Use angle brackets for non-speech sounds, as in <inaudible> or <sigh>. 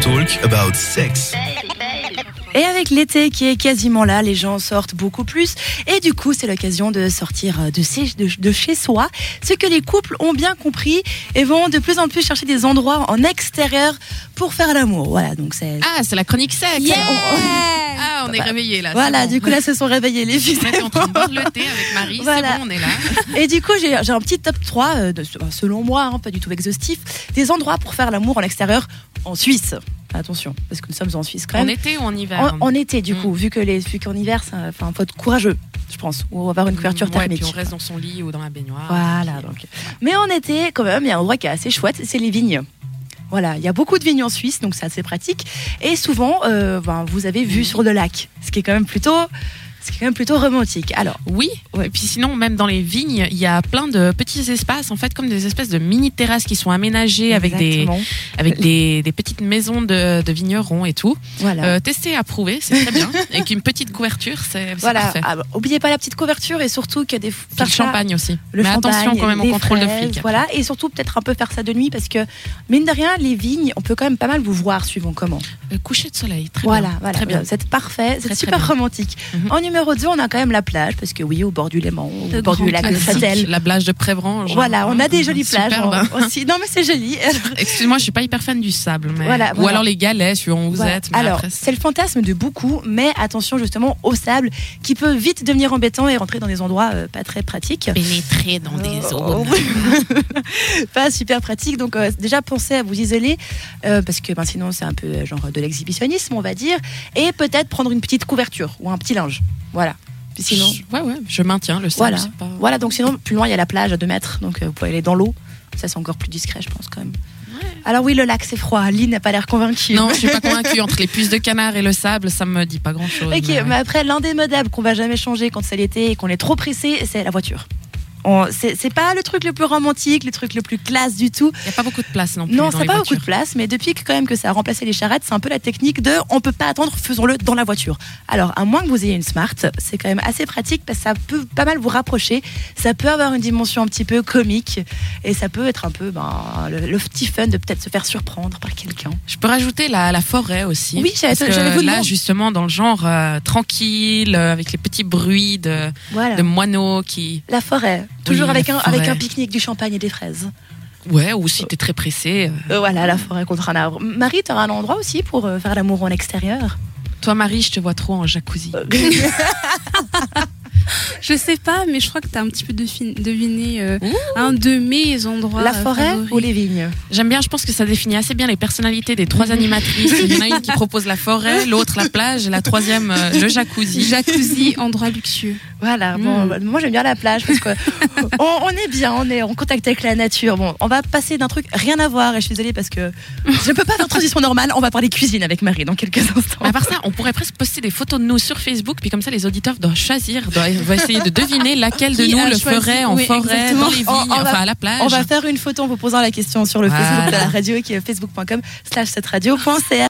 Talk About Sex. Et avec l'été qui est quasiment là, les gens sortent beaucoup plus. Et du coup, c'est l'occasion de sortir euh, de, chez- de- de chez soi. Ce que les couples ont bien compris et vont de plus en plus chercher des endroits en extérieur pour faire l'amour. Voilà, donc c'est. Ah, c'est la chronique sexe. Yeah bah, Ah, on est réveillés là. c'est Voilà, bon. du coup là se sont réveillés les <laughs> filles. On était en train de boire le thé avec Marie, Voilà. c'est bon, on est là. Et du coup, j'ai j'ai un petit top 3, euh, de- euh, selon moi, hein, pas du tout exhaustif, des endroits pour faire l'amour en extérieur en Suisse. Attention, parce que nous sommes en Suisse quand En même. été ou en hiver En, en été, du Mm. coup, vu que les vu qu'en hiver, ça- enfin, faut être courageux, je pense, ou avoir une couverture Mm, Ouais, thermique. puis on reste dans son lit ou dans la baignoire. Voilà. Donc. Mais en été, quand même, il y a un endroit qui est assez chouette, c'est les vignes. Voilà, il y a beaucoup de vignes en Suisse, donc c'est assez pratique. Et souvent, euh, ben, vous avez Mm. vu sur le lac, ce qui est quand même plutôt, ce qui est quand même plutôt romantique. Alors, Oui, et puis sinon, même dans les vignes, il y a plein de petits espaces, en fait, comme des espèces de mini-terrasses qui sont aménagées avec, des, exactement. avec des, des petites maisons de, de vignerons et tout. voilà. Euh, tester, approuver, c'est très <laughs> bien. Avec une petite couverture, c'est c'est Voilà, parfait. Ah, bah, oubliez pas la petite couverture et surtout qu'il y a des Puis le champagne aussi. Mais attention quand même au contrôle de flics. Voilà, et surtout peut-être un peu faire ça de nuit parce que mine de rien, les vignes, on peut quand même pas mal vous voir suivant comment. Le Euh, coucher de soleil, très voilà, bien. voilà, très bien. Vous êtes parfait, Très, c'est très super bien. romantique. Mhm. En numéro 2, on a quand même la plage parce que oui, au bord du Léman, De au bord du grands lac de Classique, Châtel. La plage de Prébranche. Voilà, on a des jolies Superbe. plages en- aussi. Non mais c'est joli. Alors, Excuse-moi, je suis pas hyper fan du sable. Mais... Voilà, Ou voilà. alors les galets, suivant où <laughs> vous Voilà. êtes. mais Alors, après, c'est- c'est le fantasme de beaucoup, mais attention justement au sable qui peut vite devenir embêtant et rentrer dans des endroits euh, pas très pratiques. pénétrer dans des Euh, zones. Oh. <laughs> pas super pratique. Donc euh, déjà pensez à vous isoler euh, parce que ben, sinon c'est un peu euh, genre de l'exhibitionnisme on va dire et peut-être prendre une petite couverture ou un petit linge. Voilà. Puis oh, Sinon. Je- ouais, ouais, je maintiens le sable. Voilà. c'est pas- Voilà donc sinon plus loin il y a la plage à 2 mètres donc euh, vous pouvez aller dans l'eau. Ça c'est encore plus discret je pense quand même. Alors oui le lac c'est froid. Lynn n'a pas l'air convaincue. Non, je suis pas convaincue. Entre les puces de canard et le sable, ça me dit pas grand chose. <laughs> Ok, bah- mais après, l'indémodable qu'on va jamais changer quand c'est l'été et qu'on est trop pressé, c'est la voiture. On- C'est c'est pas le truc le plus romantique, le truc le plus classe du tout. Il n'y a pas beaucoup de place non plus. Non, dans ça n'a les pas beaucoup voitures. de place, mais depuis que quand même que ça a remplacé les charrettes, c'est un peu la technique de on peut pas attendre, faisons-le dans la voiture. Alors, à moins que vous ayez une smart, c'est quand même assez pratique parce que ça peut pas mal vous rapprocher, ça peut avoir une dimension un petit peu comique et ça peut être un peu ben, le, le petit fun de peut-être se faire surprendre par quelqu'un. Je peux rajouter la, la forêt aussi. Oui, j'allais- Parce que j'allais vous Là, demander. justement, dans le genre euh, tranquille, euh, avec les petits bruits de, Voilà. de moineaux qui. La forêt, toujours la avec, un, avec forêt. un pique-nique, du champagne et des fraises. Ouais, ou si t'es très pressé. euh. Euh, voilà, la forêt contre un arbre. Marie, t'auras un endroit aussi pour euh, faire l'amour en <laughs> extérieur Toi, Marie, je te vois trop en jacuzzi. Je sais pas, mais je crois que t'as un petit peu defi- deviné euh, un de mes endroits. La euh, forêt favoris. ou les vignes J'aime bien, je pense que ça définit assez bien les personnalités des trois animatrices. Il y en a une qui propose la forêt, l'autre la plage, et la troisième euh, le jacuzzi. Jacuzzi, endroit luxueux. Voilà, bon, bah, moi j'aime bien la plage parce que on, on est bien, on est en contact avec la nature. Bon, on va passer d'un truc rien à voir et je suis désolée parce que je peux pas faire transition normale, on va parler cuisine avec Marie dans quelques Mais instants. à part ça, on pourrait presque poster des photos de nous sur Facebook, puis comme ça, les auditeurs doivent choisir, doivent doivent essayer de deviner laquelle de Qui nous a le choisi ferait en Oui, forêt, exactement. dans les vignes, On- on va- enfin à la plage. On va faire une photo en vous posant la question sur le Voilà. Facebook de la radio qui est facebook.com slash cette radio.ca.